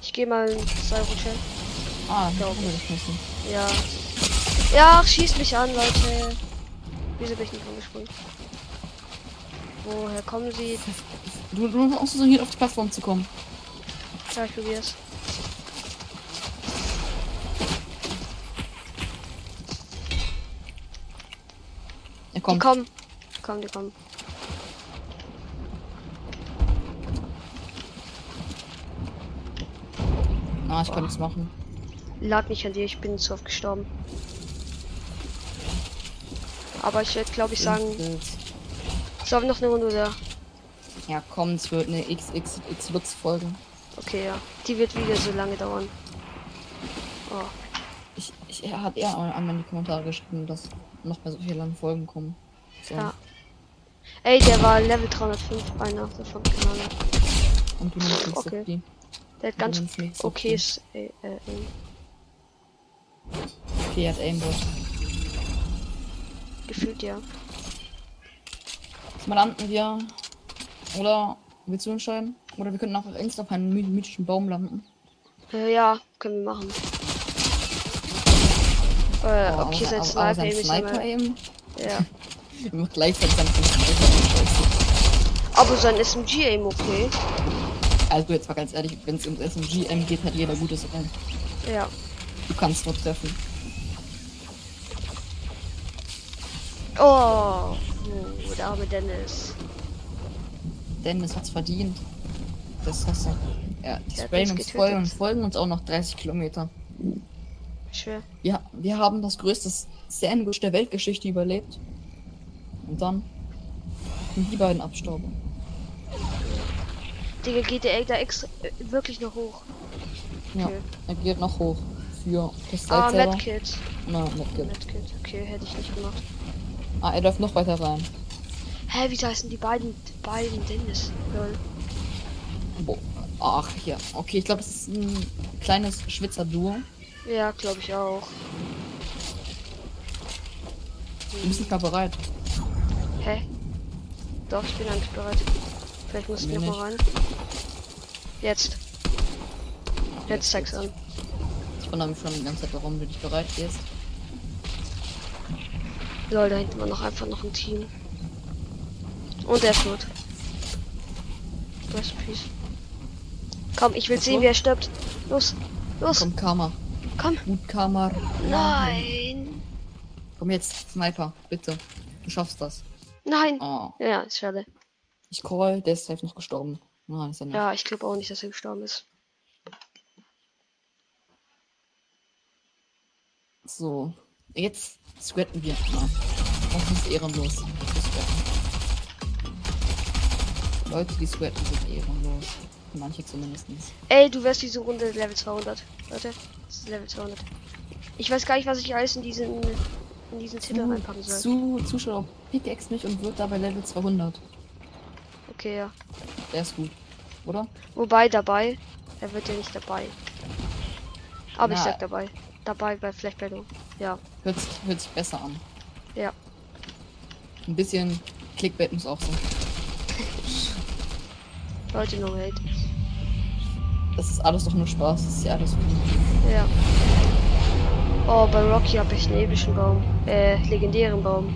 Ich gehe mal in Cyrochen. ah, Ja, da okay. würde ich müssen. Ja. Ja, schießt mich an, Leute. Wieso bin ich nicht angesprungen? Woher kommen sie? Du, du musst auch so hier auf die Plattform zu kommen. Ja, ich probier's. Er kommt. Die kommen. Komm, die kommen. Ah, ich kann nichts machen. Lad mich an dir, ich bin zu oft gestorben. Aber ich werde, glaube ich, sagen, Instant. sollen wir noch eine Runde da? Ja, komm, es wird eine XXX-Lutz-Folge. Okay, ja. Die wird wieder so lange dauern. Oh. Ich, ich er hat eher an meine Kommentare geschrieben, dass noch mal so viele lange Folgen kommen. So. Ja. Ey, der war Level 305, einer davon. Genau. Und du nimmst nicht Okay. so die. Der hat ganz nimmst nicht so okay. die. Äh, äh, äh. Okay, er hat Aimbot. Gefühlt ja. Diesmal landen wir Oder willst du entscheiden? Oder wir könnten auch längst auf einen my- mythischen Baum landen. Äh, ja, können wir machen. Äh, Aber- okay, sein aber- Oh, aber Sniper, sein aim ist Sniper immer, eben. ja. Wir machen gleichzeitig dann fünf Sniper. Aber sein SMG-Aim okay. Also jetzt mal ganz ehrlich, wenn es ums SMGM geht, hat jeder gutes Rennen. Ja. Du kannst dort treffen. Oh, oh, der arme Dennis. Dennis hat's verdient. Das hast du. Ja, die Der hat sprayen uns uns getötet. voll und folgen uns auch noch 30 Kilometer. Schwer. Ja, wir haben das größte Sandwich der Weltgeschichte überlebt. Und dann sind die beiden abstauben. Digga, geht der da extra, äh, wirklich noch hoch. Ja, Okay. er geht noch hoch. Für das Ah, Zeitselber. Medkit. Na, Medkit. Medkit. Okay, hätte ich nicht gemacht. Ah, er darf noch weiter rein. Hä, wie heißen die beiden, die beiden Dennis? Lol. Boah. Ach, hier. Okay, ich glaube, das ist ein kleines Schwitzer-Duo. Ja, glaube ich auch. Du bist nicht mal bereit. Hä? Doch, ich bin eigentlich bereit. Vielleicht muss ich Mir nochmal rein. Jetzt. Jetzt zeig's an. Ich wundere mich schon die ganze Zeit, warum du nicht bereit bist. Lol, da hinten war noch einfach noch ein Team. Und er ist tot. Rest in peace. Komm, ich will Was sehen, war? wer stirbt. Los, los, Komm, Karma. komm. Gut, Karma. Nein. Komm jetzt, Sniper. Bitte. Du schaffst das. Nein. Oh. Ja, ist schade. Ich call, der ist safe noch gestorben. Nein, ist er nicht. Ja, ich glaube auch nicht, dass er gestorben ist. So. Jetzt squatten wir mal. Das ist ehrenlos. Das ist squatten. Leute, die squatten, sind ehrenlos. Manche zumindest. Ey, du wärst diese Runde Level 200. Leute, das ist Level 200. Ich weiß gar nicht, was ich alles in diesen, in diesen Titel reinpacken soll. Zu, Zuschauer pickaxe mich und wird dabei Level 200. Okay, ja. Der ist gut, oder? Wobei dabei, er wird ja nicht dabei. Aber ich Na. sag dabei. Dabei bei vielleicht bei du. Ja. Hört, sich- hört sich besser an. Ja. Ein bisschen Clickbait muss auch sein. Leute, no hate. Das ist alles doch nur Spaß. Das ist ja alles gut. Ja. Oh, bei Rocky habe ich einen epischen Baum. Äh, legendären Baum.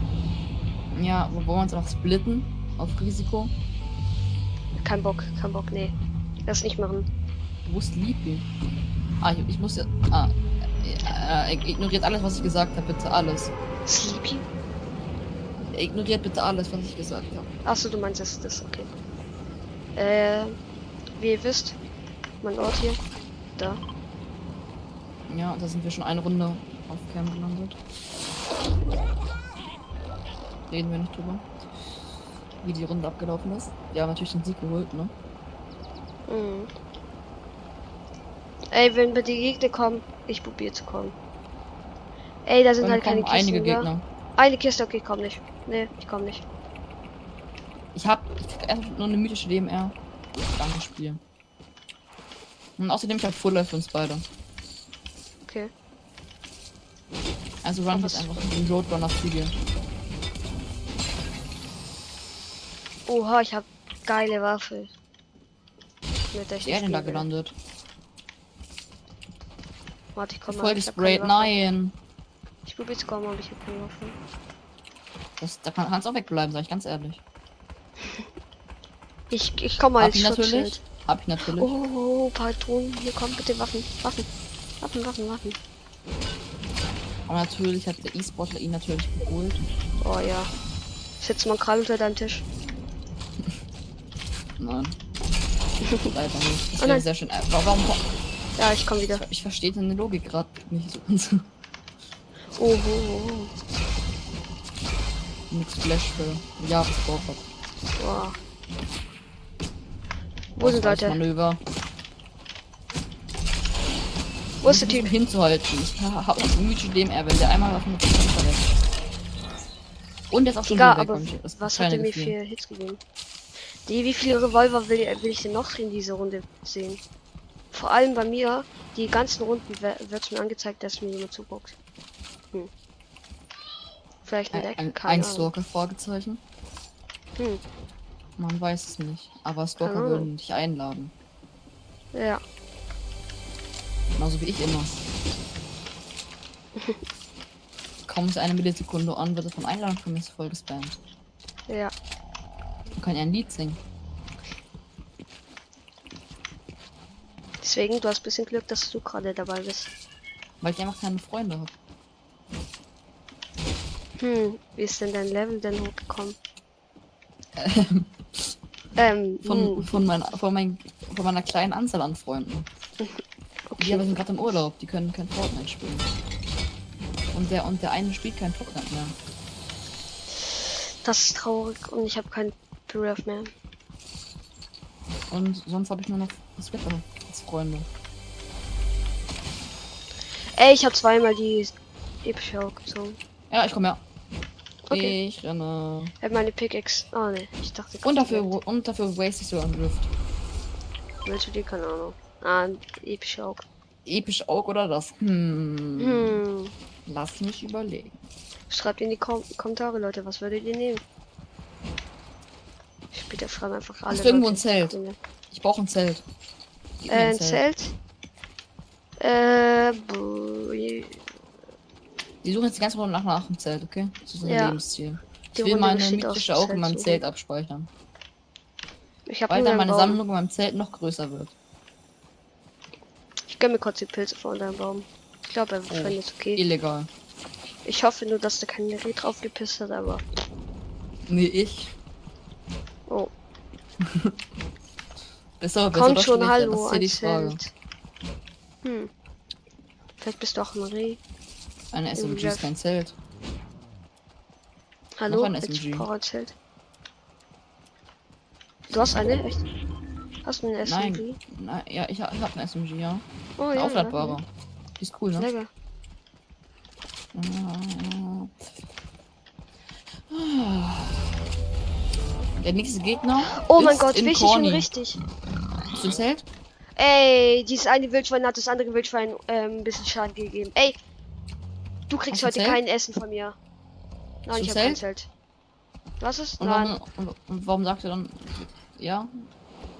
Ja, wo wollen wir uns noch splitten? Auf Risiko? Kein Bock, kein Bock, nee. Lass nicht machen. Wo ist Sleepy? Ah, ich, ich muss ja. Ah. Äh, äh, ignoriert alles, was ich gesagt habe, bitte alles. Sleepy? Ignoriert bitte alles, was ich gesagt habe. Achso, du meinst, das ist das, okay. Äh, wie ihr wisst, mein Ort hier. Da. Ja, da sind wir schon eine Runde auf Camp gelandet. Reden wir nicht drüber. Wie die Runde abgelaufen ist. Wir haben natürlich den Sieg geholt, ne? Mhm. Ey, wenn wir die Gegner kommen, ich probiere zu kommen. Ey, da sind Dann halt keine kommen Kisten. einige mehr. Gegner. Eine Kiste, okay, komm nicht. Nee, ich komm nicht. Ich hab. Ich krieg erst nur eine mythische DMR. Danke, Spiel. Und außerdem, ich hab Full Life für uns beide. Okay. Also run Aber jetzt es- einfach den Roadrunner zu dir. Oha, ich hab geile Waffe. Mit der ich Ist er nicht denn da spielen will. gelandet? Warte, ich komm mal. Voll ich hab keine gesprayt, Waffe. nein! Ich probier zu kommen, aber ich hab keine Waffe. Das, da kann Hans auch wegbleiben, sag ich ganz ehrlich. Ich, ich komm mal hab als ich natürlich. Schutzschild. Hab ich natürlich. Oh, Patronen, hier kommen bitte Waffen. Waffen. Waffen, Waffen, Waffen. Aber natürlich hat der E-Sportler ihn natürlich geholt. Oh ja. Sitzt man gerade unter deinem Tisch. Nein. Leider nicht. Das Oh nein. wäre sehr schön. Äh, wa- Warum? Ja, ich komm wieder. Ich verstehe deine Logik gerade nicht so ganz. [laughs] Oh, oh, Nix Flash für Jahresvorfahrt. oh. Wow. Wo sind Leute? Manöver. Wo ist der Versuch Typ? Hinzuhalten. Ich ha- hab noch Mühe DMR, wenn der einmal auf dem Kopf verletzt. Und jetzt auch [laughs] schon Egal, wieder aber wegkommt. Das was hat kleine er mir Gefühl. für Hits gegeben? Die, wie viele Revolver will, will ich denn noch in dieser Runde sehen? Vor allem bei mir, die ganzen Runden we- wird mir angezeigt, dass mir jemand zuguckt. Hm. Vielleicht ein Deck, Ein, ein, keine ein Ahnung. Stalker Fragezeichen. Hm. Man weiß es nicht. Aber Stalker Ahnung. würden dich einladen. Ja. Genauso wie [laughs] ich immer. Kaum ist eine Millisekunde an, wird er von Einladung von mir voll gespammt. Ja. Man kann ja ein Lied singen. Deswegen, du hast ein bisschen Glück, dass du gerade dabei bist. Weil ich einfach keine Freunde habe. Hm, wie ist denn dein Level denn [laughs] hochgekommen? Ähm, Von, hm, von, meiner, von, mein, von meiner kleinen Anzahl an Freunden. Die aber okay. sind gerade im Urlaub, die können kein Fortnite spielen. Und der, und der eine spielt kein Fortnite mehr. Das ist traurig und ich habe keinen Pyrrh mehr. Und sonst habe ich nur noch Skipper als Freunde. Ey, ich habe zweimal die epische hochgezogen. Ja, ich komme ja. Okay. Ich renne. Ich hab Äh, meine Pickaxe. Ah ne, ich dachte Und dafür, und dafür wastest du an Luft. Willst du die? Keine Ahnung. Ah, epische Auge. Episch Aug oder das? Hm. Hm. Lass mich überlegen. Schreibt in die Kom Kommentare, Leute, was würdet ihr nehmen? Später schreiben einfach alle. du irgendwo Leute, ein Zelt? die Dinge. Ich brauche ein Zelt. Gib mir Äh, ein Zelt? Äh, bu- je- Die suchen jetzt die ganze Runde nach, nach dem Zelt, okay? Das ist unser Ja. Lebensziel. Die Ich will Runde meine besteht aus mythische Auge in meinem Zeltsuchen. Zelt abspeichern. ich hab Weil nur dann einen meine Baum. Sammlung in meinem Zelt noch größer wird. Ich gönn mir kurz die Pilze von deinem Baum. Ich glaube, Oh, er findet es okay. Illegal. Ich hoffe nur, dass der keine Reh drauf gepisst hat, aber. Nee, ich. Oh. Besser, besser Komm doch schon, schlechter, hallo, das ist ein hier die Frage. Zelt. Hm. Vielleicht bist du auch ein Reh. Eine SMG ist kein Zelt. Hallo, Noch ein jetzt SMG. brauche ein Zelt. Du hast eine? Echt? Hast du eine SMG? Nein. Na, ja, ich, ha- ich habe eine SMG, ja. Oh Eine ja. Aufladbare. Die ist cool, ja. ne? Lecker. Der nächste Gegner. Oh mein ist Gott, in wichtig Corny. und richtig. Hast du ein Zelt? Ey, dieses eine Wildschwein hat das andere Wildschwein ähm, ein bisschen Schaden gegeben. Ey, du kriegst Hast heute du ein kein Essen von mir. Nein, Hast du ich ein habe kein Zelt. Was ist? Und Nein. warum, und, und warum sagt er dann. Ja?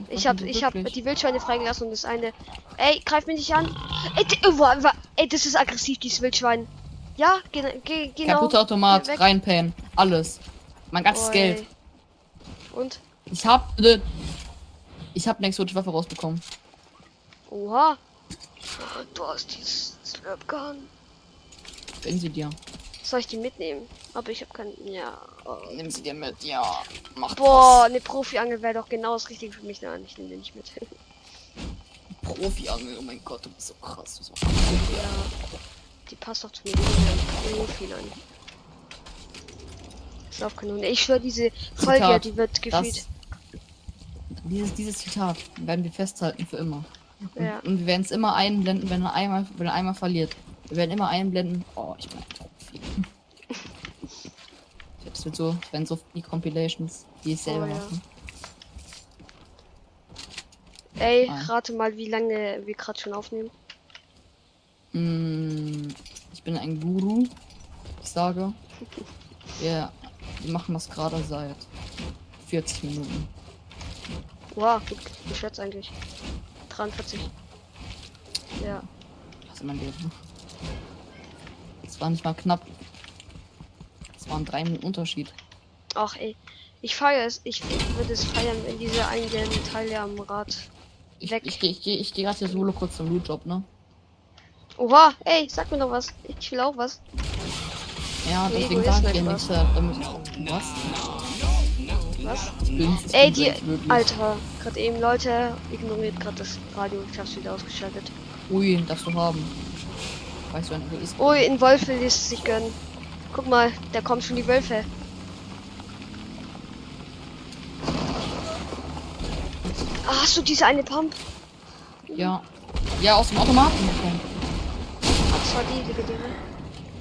Ich habe bin ich hab glücklich. die Wildschweine freigelassen und das eine. Ey, greif mich nicht an. Ey, d- oh, wa- wa- ey das ist aggressiv, dieses Wildschwein. Ja, gena- ge genau. Kaputter Automat, Geh weg. reinpayen. Alles. Mein ganzes Oi. Geld. Und? Ich hab ne, ich hab eine exotische Waffe rausbekommen. Oha. Oh, Du hast die Slurp Gun. Nimm sie dir. Soll ich die mitnehmen? Aber ich habe keinen. Ja. Oh. Nimm sie dir mit, ja. Mach Boah, eine Profi-Angel wäre doch genau das Richtige für mich. Nein, ich nehme den nicht mit. das. Profi an. Oh mein Gott, du bist so krass. Du bist so ja. Die passt doch zu mir. Die sind ja Profi, nein. Schlafkanone. Ich schwöre, diese Folge, Zitat. die wird [laughs] gefühlt. Das, dieses, dieses Zitat werden wir festhalten für immer. Und, Ja. und wir werden es immer einblenden, wenn er einmal, wenn er einmal verliert. Wir werden immer einblenden. Oh, ich bin ein Profi. Ich glaub, Das wird so, das werden so die Compilations, die ich selber Oh, ja. machen. Ey, Ah. rate mal, wie lange wir gerade schon aufnehmen. Mm, ich bin ein Guru. Ich sage, wir, wir machen das gerade seit 40 Minuten. Wow, wie, wie schätzt eigentlich? 43. Ja. Das ist mein Leben. Es war nicht mal knapp. Es waren drei Minuten Unterschied. Ach ey. Ich feiere es. Ich, ich würde es feiern, wenn diese einen Teile am Rad. Ich, Weg. ich, geh- ich, geh- ich gehe gerade hier solo kurz zum Lootjob, ne? Oha, Oh, ey, sag mir doch was. Ich will auch was. Ja, Nee, deswegen wo ist sage ich denn dir was? nichts. äh, Damit was? Was? Günstig, Ey, die. günstig, wirklich. Alter, gerade eben, Leute, ignoriert gerade das Radio. Ich hab's wieder ausgeschaltet. Ui, darfst du haben. Weißt du, ein Egoist. Oh, in Wolfe lässt es sich gönnen. Guck mal, da kommen schon die Wölfe. Ah, hast du diese eine Pump? Ja. Ja, aus dem Automaten bekommen. Ah, das war die, die Gedere.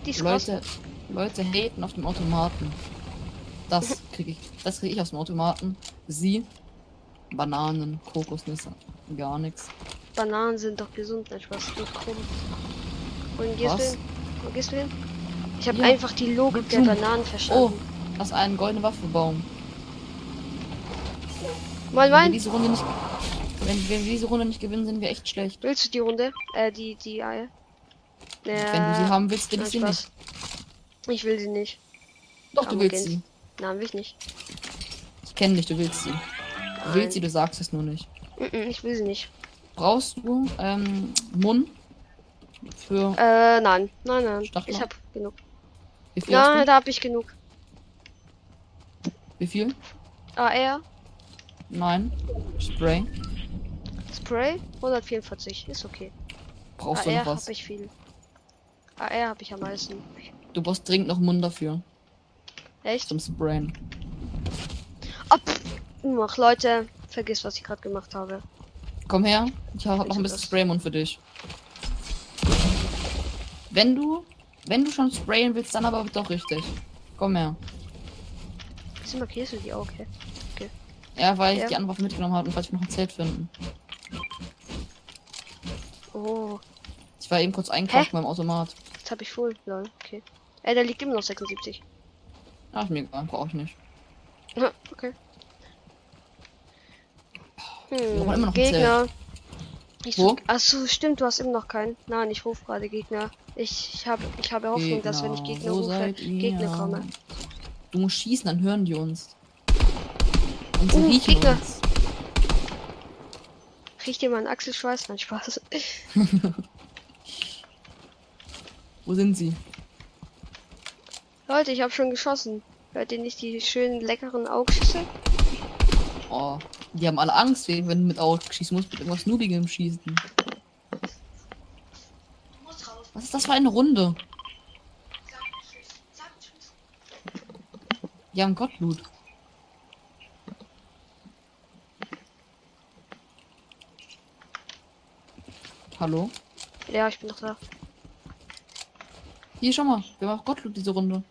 Die ist raus. Leute, Leute haten auf dem Automaten. [laughs] Das kriege ich, das kriege ich aus dem Automaten. Sie, Bananen, Kokosnüsse, gar nichts. Bananen sind doch gesund, nicht was? Du krumm. Wohin gehst Was? du hin? Wo gehst du hin? Ich habe Ja. einfach die Logik der Wozu? Bananen Oh, verstanden. das ist ein goldener Waffebaum. Moin, Oh. Wenn wir moin. diese Runde nicht, wenn, wenn wir diese Runde nicht gewinnen, sind wir echt schlecht. Willst du die Runde? Äh, die, die Eier. Äh, Wenn du sie haben willst, will nein, ich sie Spaß. nicht. Ich will sie nicht. Doch, du Arme willst sie. Kind. Nein, will ich nicht. Ich kenne dich, du willst sie. Du willst sie, du sagst es nur nicht. Nein. Mm, mm, Ich will sie nicht. Brauchst du ähm, Mun für Äh, nein. Nein, nein. Stachler? Ich hab genug. wie viel? Ja, Hast da hab ich genug. du? Wie viel? AR, Nein. Spray. Spray, 144. Ist okay. Brauchst du AR noch Ah, was? hab ich viel. AR hab ich am meisten. Du brauchst dringend noch Mun dafür. Echt? Zum Sprayen. Ah, pff. Ach, Leute, vergiss, was ich gerade gemacht habe. Komm her. Ich hab noch Willst ein du bisschen das? Spraymund für dich. Wenn du. Wenn du schon sprayen willst, dann aber doch richtig. Komm her. Wieso markierst du die auch, okay? Ja, weil Ja. ich die andere Waffe mitgenommen habe und weil ich noch ein Zelt finden. Oh, Ich war eben kurz einkaufen Hä? beim Automat. jetzt hab ich voll. Lol, okay. Äh, da liegt immer noch 76. Ach, ist mir egal, brauche ich nicht. Ja, okay. brauchen immer noch Hm, ein Gegner. Ich Wo? such, achso, stimmt, du hast immer noch keinen. Nein, ich rufe gerade Gegner. Ich, ich habe ich habe Hoffnung, dass wenn ich Gegner wo rufe, Genau, seid ihr? Gegner komme. Du musst schießen, dann hören die uns. Und sie Uh, riechen Gegner. uns. Riecht dir mal einen Achselschweiß? Nein, Spaß. [laughs] Wo sind sie? Leute, ich habe schon geschossen. Hört ihr nicht die schönen, leckeren Augschüsse? Oh, die haben alle Angst, wegen- wenn du mit Auto schießen musst, mit irgendwas Noobigem schießen. Was ist das für eine Runde? Die haben Gottblut. Hallo? Ja, ich bin doch da. Hier, schau mal. Wir haben auch Gottblut diese Runde.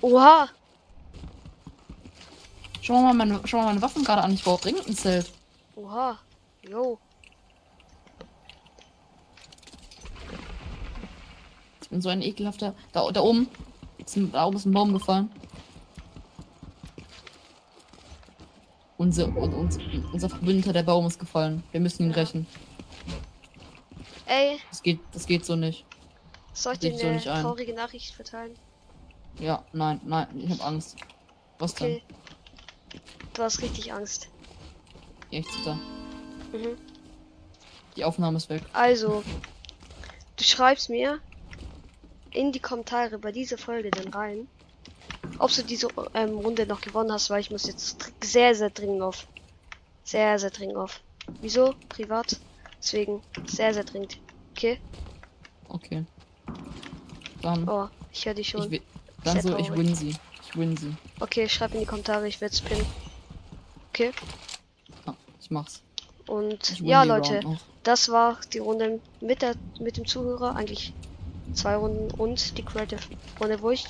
Oha! Schau mal meine, schau mal meine Waffen gerade an. Ich brauche dringend ein Zelt. Oha! Yo! Ich bin so ein ekelhafter. Da, da oben. Ist ein, da oben ist ein Baum gefallen. Unser, un, uns, unser Verbündeter, der Baum ist gefallen. Wir müssen ihn Ja. rächen. Ey, Das geht, das geht so nicht. soll ich Sehe dir ich so eine nicht ein. traurige Nachricht verteilen? Ja, nein, nein, ich habe Angst. Was denn? Okay. Du hast richtig Angst. Ja, ich zitter. Mhm. Die Aufnahme ist weg. Also, du schreibst mir in die Kommentare bei dieser Folge dann rein, ob du diese ähm, Runde noch gewonnen hast, weil ich muss jetzt dr- sehr, sehr dringend auf. Sehr, sehr dringend auf. Wieso? Privat. Deswegen sehr, sehr dringend. Okay? Okay. Dann, Oh, ich höre dich ich, schon. wi- dann Sehr so, ich traurig. win sie. Ich win sie. Okay, schreib in die Kommentare, ich werde es pinnen. Okay? Ja, ich mach's. Und Ich win ja, die Leute. Round noch. Das war die Runde mit, der, mit dem Zuhörer, eigentlich zwei Runden und die Creative Runde, wo ich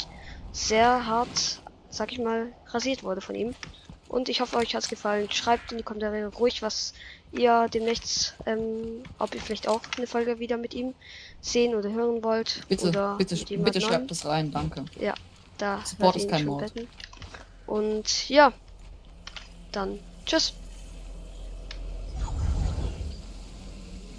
sehr hart, sag ich mal, rasiert wurde von ihm. Und ich hoffe, euch hat's gefallen. Schreibt in die Kommentare ruhig, was ihr demnächst, ähm, ob ihr vielleicht auch eine Folge wieder mit ihm sehen oder hören wollt. Bitte, oder bitte, mit jemand bitte neuem. schreibt es rein, danke. Da Support hört ist ihr ihn kein schon Mord. betten. Und ja, dann tschüss.